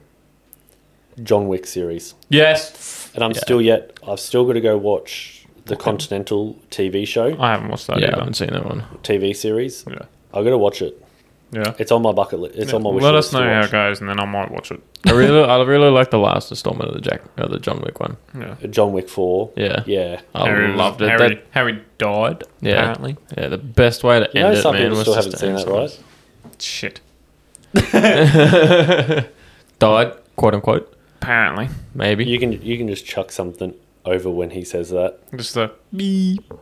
John Wick series,
Yes,
and I'm still yet. I've still got to go watch the Continental TV show,
I haven't watched that
yeah, I
either.
haven't seen that one.
TV series.
Uh. Yeah,
I've got to watch it.
yeah.
It's on my bucket list. It's on my wish
Let
list
us
to
know how
watch.
it goes, and then I might watch it.
I really, I really like the last installment of the Jack, uh, the John Wick one.
Yeah.
John Wick Four.
Yeah,
Yeah.
I
Harry-
loved it.
Harry,
That-
Harry died.
yeah,
Apparently.
yeah. The best way to
You
end
know,
it,
some
man,
people
was
still
just
haven't
to
seen
end
that,
someone-
right?
Shit.
Died, quote unquote.
Apparently,
Maybe.
You can you can just chuck something over when he says that.
just the
beep.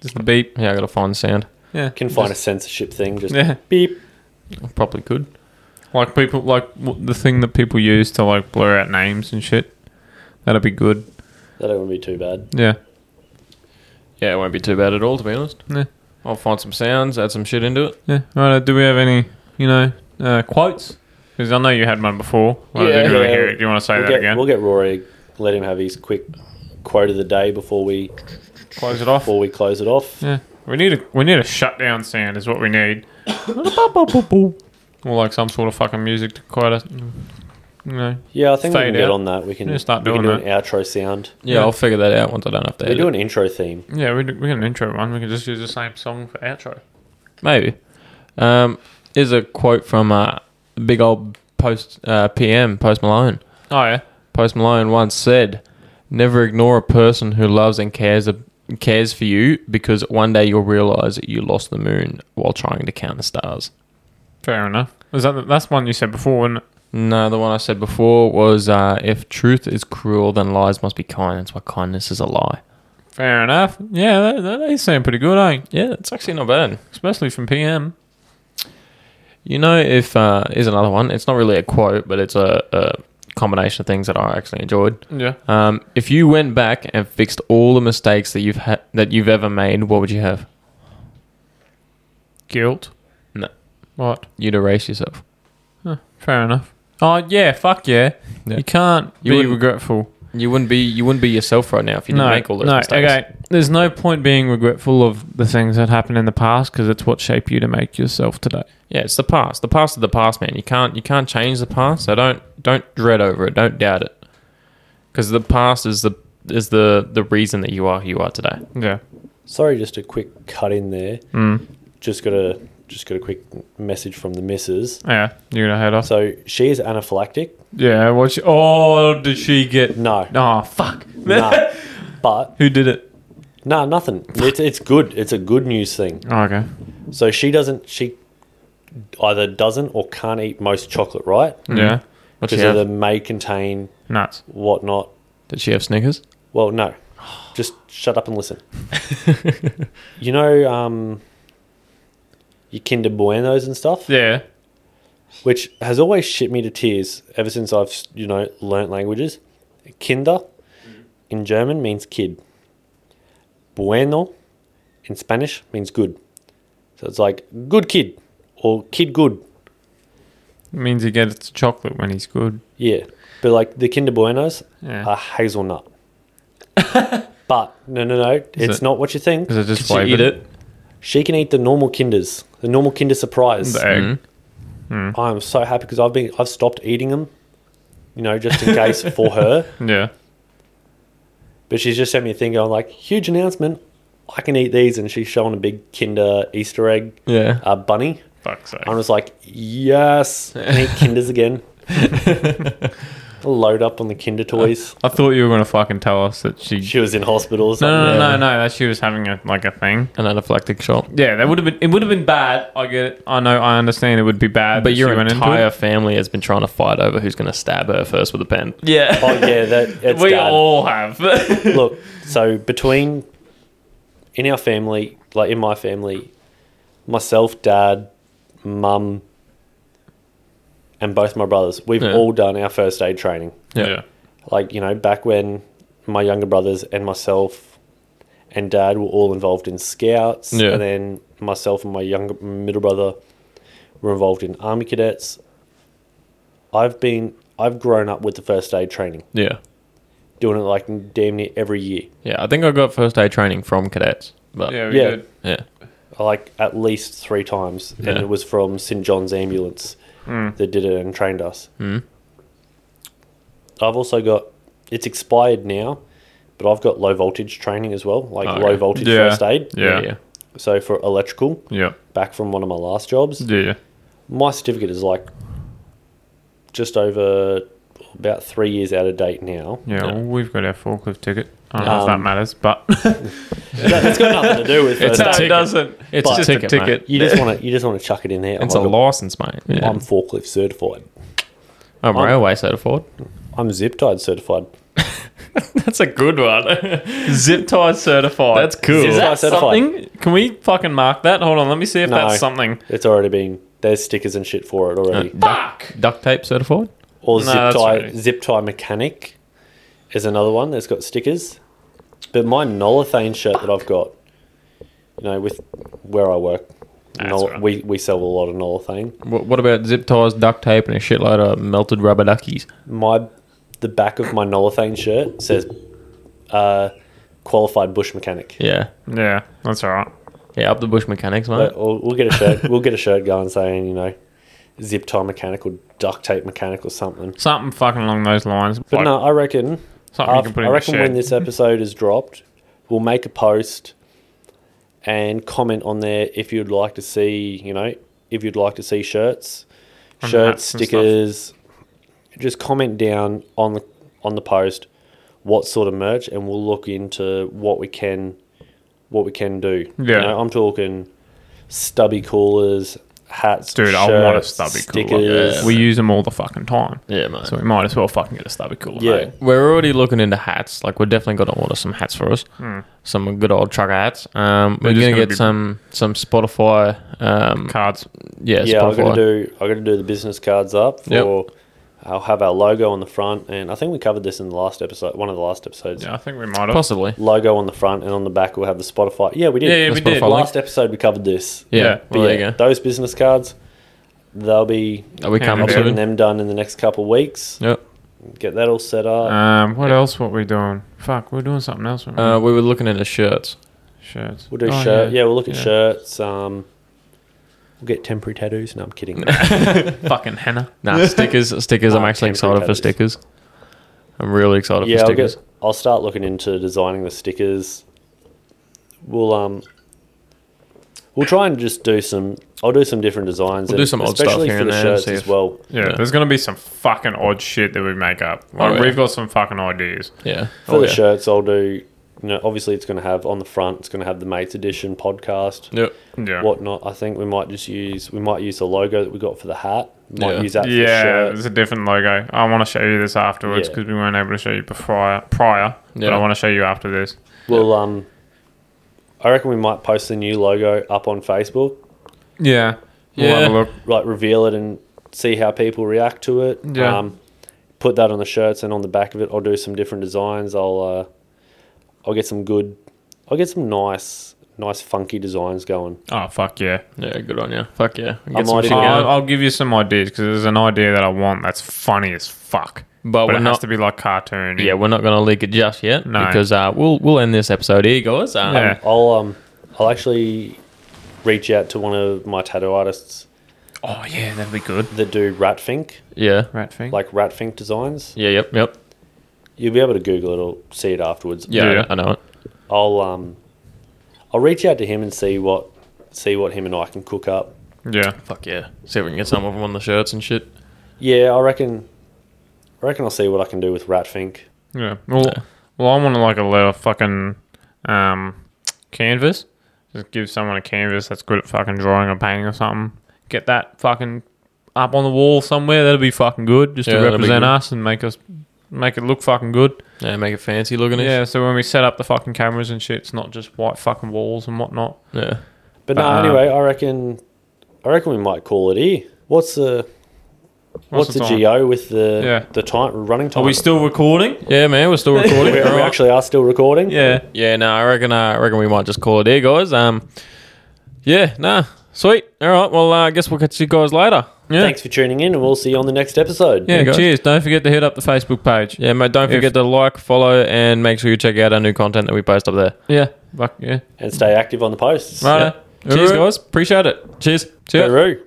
Just the beep. Yeah, I gotta find the sound.
yeah.
Can find a censorship thing. Just
[laughs] Yeah.
beep.
I probably could.
Like people, like w- the thing that people use to like blur out names and shit. That'd be good.
That wouldn't be too bad.
Yeah.
Yeah, it won't be too bad at all, to be honest.
Yeah.
I'll find some sounds, add some shit into it.
Yeah. Right. uh, Do we have any, you know, uh, quotes? Because I know you had one before. Well, I didn't
Yeah.
really hear it. Do you want to say
We'll
that
get,
again?
we'll get Rory. Let him have his quick quote of the day before we
Close it off.
before we close it off.
Yeah. We need a we need a shutdown sound is what
[coughs]
we need. or like some sort of fucking music to quite us. You know.
Yeah, I think we
Fade
can get
out.
on that. We can
Yeah, start
we can do
doing
an outro sound.
Yeah,
Yeah.
I'll figure that out once I don't have to
We
edit.
do an intro theme.
Yeah, we do- we got an intro one. We can just use the same song for outro.
Maybe. Um, is a quote from uh, big old post uh, PM Post Malone.
Oh yeah.
Post Malone once said, "Never ignore a person who loves and cares cares for you because one day you'll realize that you lost the moon while trying to count the stars."
Fair enough. Is that the, that's one you said before? Wasn't it?
No, the one I said before was, uh, "If truth is cruel, then lies must be kind. That's why kindness is a lie."
Fair enough. Yeah, they, they, they sound pretty good, eh?
Yeah, it's actually not bad.
Especially from PM.
You know, if uh, is another one. It's not really a quote, but it's a, a combination of things that I actually enjoyed.
Yeah.
Um, if you went back and fixed all the mistakes that you've ha- that you've ever made, what would you have?
Guilt.
No.
What?
You'd erase yourself.
Huh, fair enough. Oh yeah, fuck yeah.
Yeah.
You can't
You
be
wouldn't-
regretful.
You wouldn't be you wouldn't be yourself right now if you didn't
no,
make all those
no.
mistakes.
Okay, there's no point being regretful of the things that happened in the past because it's what shaped you to make yourself today.
Yeah, it's the past. The past is the past, man. You can't you can't change the past. So don't don't dread over it. Don't doubt it. Because the past is the is the the reason that you are who you are
[laughs]
today.
Yeah.
Sorry, just a quick cut in there.
Mm.
Just got a just got a quick message from the missus.
Yeah. You're gonna head off.
So she is anaphylactic.
yeah. What? She, oh, did she get?
No,
Oh, fuck.
no. But
[laughs] Who did it?
no, nothing. It's it's good. It's a good news thing.
Oh, okay.
So she doesn't. She either doesn't or can't eat most chocolate, right?
Yeah.
What she
Because of
have?
the may contain
Nuts.
whatnot.
Did she have Snickers?
Well, no. Just shut up and listen. you know, um, your Kinder Buenos and stuff,
Yeah.
which has always shit me to tears ever since I've, you know, learnt languages. Kinder in German means kid. Bueno in Spanish means good. So it's like good kid or kid good.
It means he gets chocolate when he's good.
Yeah. But like the Kinder Buenos
Yeah.
are hazelnut. [laughs] but no, no, no. it's
it-
not what you think.
Is it just
Did she eat
flavored?
it?
She can eat the normal Kinders, the normal Kinder Surprise.
The egg.
Mm.
I am so happy because I've been I've stopped eating them, you know, just in case
[laughs]
for her.
Yeah.
But she's just sent me a thing going like, huge announcement, I can eat these, and she's showing a big Kinder Easter egg
Yeah.
uh, bunny.
Fuck's sake.
I was like, yes, I can eat Kinders again. Load up on the Kinder
[laughs]
toys.
I thought you were gonna fucking tell us that she.
She was in hospital. Or something.
no, no, no,
Yeah.
no, no. That she was having a like a thing.
An anaphylactic shock.
Yeah, that would have been. It would have been bad. I get it. I know. I understand. It would be bad. that
But
she
your
went into
entire
it.
family has been trying to fight over who's going to stab her first with a pen.
Yeah.
Oh yeah, that it's
[laughs] we
dad.
all have.
Look, so between in our family, like in my family, myself, dad, mum, and both my brothers, we've
Yeah.
all done our first aid training.
Yeah.
Like, you know, back when my younger brothers and myself and dad were all involved in scouts,
Yeah.
and then myself and my younger middle brother were involved in army cadets. I've been, I've grown up with the first aid training,
Yeah.
doing it like damn near every year.
Yeah. I think I got first aid training from cadets. But yeah.
Yeah. We
Yeah.
Did.
Yeah.
like at least three times, and
Yeah.
it was from St John's Ambulance that did it and trained us.
Mm.
I've also got it's expired now, but I've got low voltage training as well, like
Oh,
low
okay.
voltage
Yeah.
first aid.
Yeah.
Yeah.
So for electrical,
Yeah.
back from one of my last jobs,
Yeah.
my certificate is like just over about three years out of date now.
Yeah.
Yeah.
Well, we've got our forklift ticket. I don't know if that
Um,
matters, [laughs] but
That- it's got nothing to do
[laughs]
with
It's
first
a
aid.
ticket.
doesn't.
It's
But-
a ticket.
Just a ticket.
mate.
You just want to you just want to chuck it in there.
It's a
I'm, like,
license, mate. Yeah.
I'm forklift certified.
I'm
I'm-
railway certified.
I'm zip tied certified.
That's a good one.
[laughs] Zip tie certified.
That's cool.
Is
Zip tie
that
certified.
something? Can we fucking mark that? Hold on. Let me see if
No.
that's something.
It's already been. There's stickers and shit for it already.
Fuck.
Duct tape certified.
or
No,
zip
that's
tie.
right.
Zip tie mechanic is another one that's got stickers. But my Nolothane shirt that I've got, you know, with where I work,
That's
Nol-
right.
we we sell a lot of Nolothane.
What, what about zip ties, duct tape, and a shitload of melted rubber duckies?
My the back of my Nolothane shirt says, uh, qualified bush mechanic.
Yeah.
Yeah. That's all right.
Yeah. Up the bush mechanics, mate.
But we'll, we'll get a shirt. we'll get a shirt going saying you know, zip tie mechanic or duct tape mechanic or something.
Something fucking along those lines.
But
Like,
no, I reckon
something you
I've-
can put
I
in the
reckon
shed.
when this episode is dropped, we'll make a post and comment on there if you'd like to see, you know, if you'd like to see shirts,
And
shirts,
hats and stuff.
stickers. Just comment down on the on the post what sort of merch, and we'll look into what we can what we can do. You
Yeah.
know, I'm talking stubby coolers, hats,
Dude, I want a
shirts,
stubby cooler.
stickers.
Yeah.
We use them all the fucking time.
yeah, mate.
So we might as well fucking get a stubby cooler.
Yeah.
mate.
We're already looking into hats. Like we're definitely gonna order some hats for us. Some good old trucker hats. Um, we're
They're just
gonna,
gonna
get
be-
some some Spotify. Um,
Cards.
yeah,
yeah, I'm
Spotify.
gonna do. I'm gonna do the business cards up for.
Yep.
I'll have our logo on the front, and I think we covered this in the last episode, one of the last episodes.
Yeah, I think we might have.
Possibly.
Logo on the front, and on the back we'll have the Spotify. Yeah, we did.
Yeah, yeah, we
Spotify
did.
link.
Last episode we covered this.
Yeah.
Yeah.
Well,
But
there you
yeah,
go.
those business cards. They'll be
Are we coming
Yeah, I'm
I'm
to
getting
it?
them done in the next couple of weeks.
Yep.
Get that all set up.
Um, what else were we doing? Fuck, we were doing something else. weren't we?
Uh, we were looking at the shirts.
shirts.
we'll do
Oh,
shirt. Yeah. we'll look at
Yeah.
shirts. Um, we'll get temporary tattoos. No,
[laughs]
I'm kidding.
Fucking henna.
[laughs]
Nah, stickers. Stickers. I'm
Ah,
actually
temporary
excited for
tattoos.
stickers. I'm really excited
yeah,
for
I'll,
stickers.
get, I'll start looking into designing the stickers. We'll um, we'll try and just do some. I'll do some different designs.
We'll
and
do some odd stuff
especially
here
for
and
the
there and
shirts
see
as
if-
well.
Yeah,
Yeah.
there's gonna be some fucking odd shit that we make up. Like,
yeah.
We've got some fucking ideas.
Yeah.
For
Oh,
the
yeah.
shirts, I'll do. You know, obviously, it's going to have on the front. It's going to have the mates edition podcast.
Yep.
Yeah,
whatnot. I think we might just use we might use the logo that we got for the hat. Might
Yeah.
use that for
yeah,
the
it's
shirt.
a different logo. I want to show you this afterwards
Yeah.
because we weren't able to show you before prior, but
Yeah.
I want to show you after this.
We'll um I reckon we might post the new logo up on Facebook,
Yeah, we'll
Yeah.
have a look.
like reveal it and see how people react to it.
Yeah.
Um put that on the shirts and on the back of it I'll do some different designs. I'll uh I'll get some good I'll get some nice nice funky designs going.
Oh fuck yeah!
Yeah. Good on you. Fuck yeah. Get
I
some
might
shit
even-
going.
I'll, I'll give you some ideas because there's an idea that I want that's funny as fuck,
But
but,
we're
it has
not-
to be like
[laughs]
cartoon.
Yeah, we're not going to leak it just yet
No.
because uh, we'll we'll end this episode here, guys. Um,
Yeah.
I'll um I'll actually reach out to one of my tattoo artists
Oh yeah, that'd be good.
that do ratfink,
yeah,
Rat thing.
like ratfink designs.
yeah, yep, yep.
You'll be able to Google it or see it afterwards.
Yeah,
Yeah.
I know it.
I'll um, I'll reach out to him and see what see what him and I can cook up.
yeah,
Fuck yeah. See if we can get some of them on the shirts and shit.
Yeah, I reckon. I reckon I'll see what I can do with Ratfink.
yeah. Well, well, I want to like a little fucking um, canvas. Just give someone a canvas that's good at fucking drawing or painting or something. Get that fucking up on the wall somewhere. That'd be fucking good, just
Yeah,
to
that'd be
represent
good.
us and make us make it look fucking good.
Yeah, make it fancy looking.
Yeah. So when we set up the fucking cameras and shit, it's not just white fucking walls and whatnot.
yeah.
But no,
Uh,
anyway, I reckon. I reckon we might call it here. What's the What's,
the
the,
time?
go with the
Yeah.
the time running time?
Are we still recording?
Yeah, man,
[laughs]
we're still recording.
We, we
Alright.
actually are still recording.
Yeah.
Yeah, no, I reckon. Uh, I reckon we might just call it here, guys. Um, yeah, nah, sweet. All right, well, uh, I guess we'll catch you guys later. Yeah,
Thanks for tuning in, and we'll see you on the next episode.
Yeah,
Yeah.
guys.
cheers. Don't forget to hit up the Facebook page.
yeah, mate. Don't
If-
forget to like, follow, and make sure you check out our new content that we post up there.
Yeah. Fuck yeah.
And stay active on the posts.
Right.
Cheers,
Alright.
guys. Appreciate it. Cheers. Cheers.
Hooroo.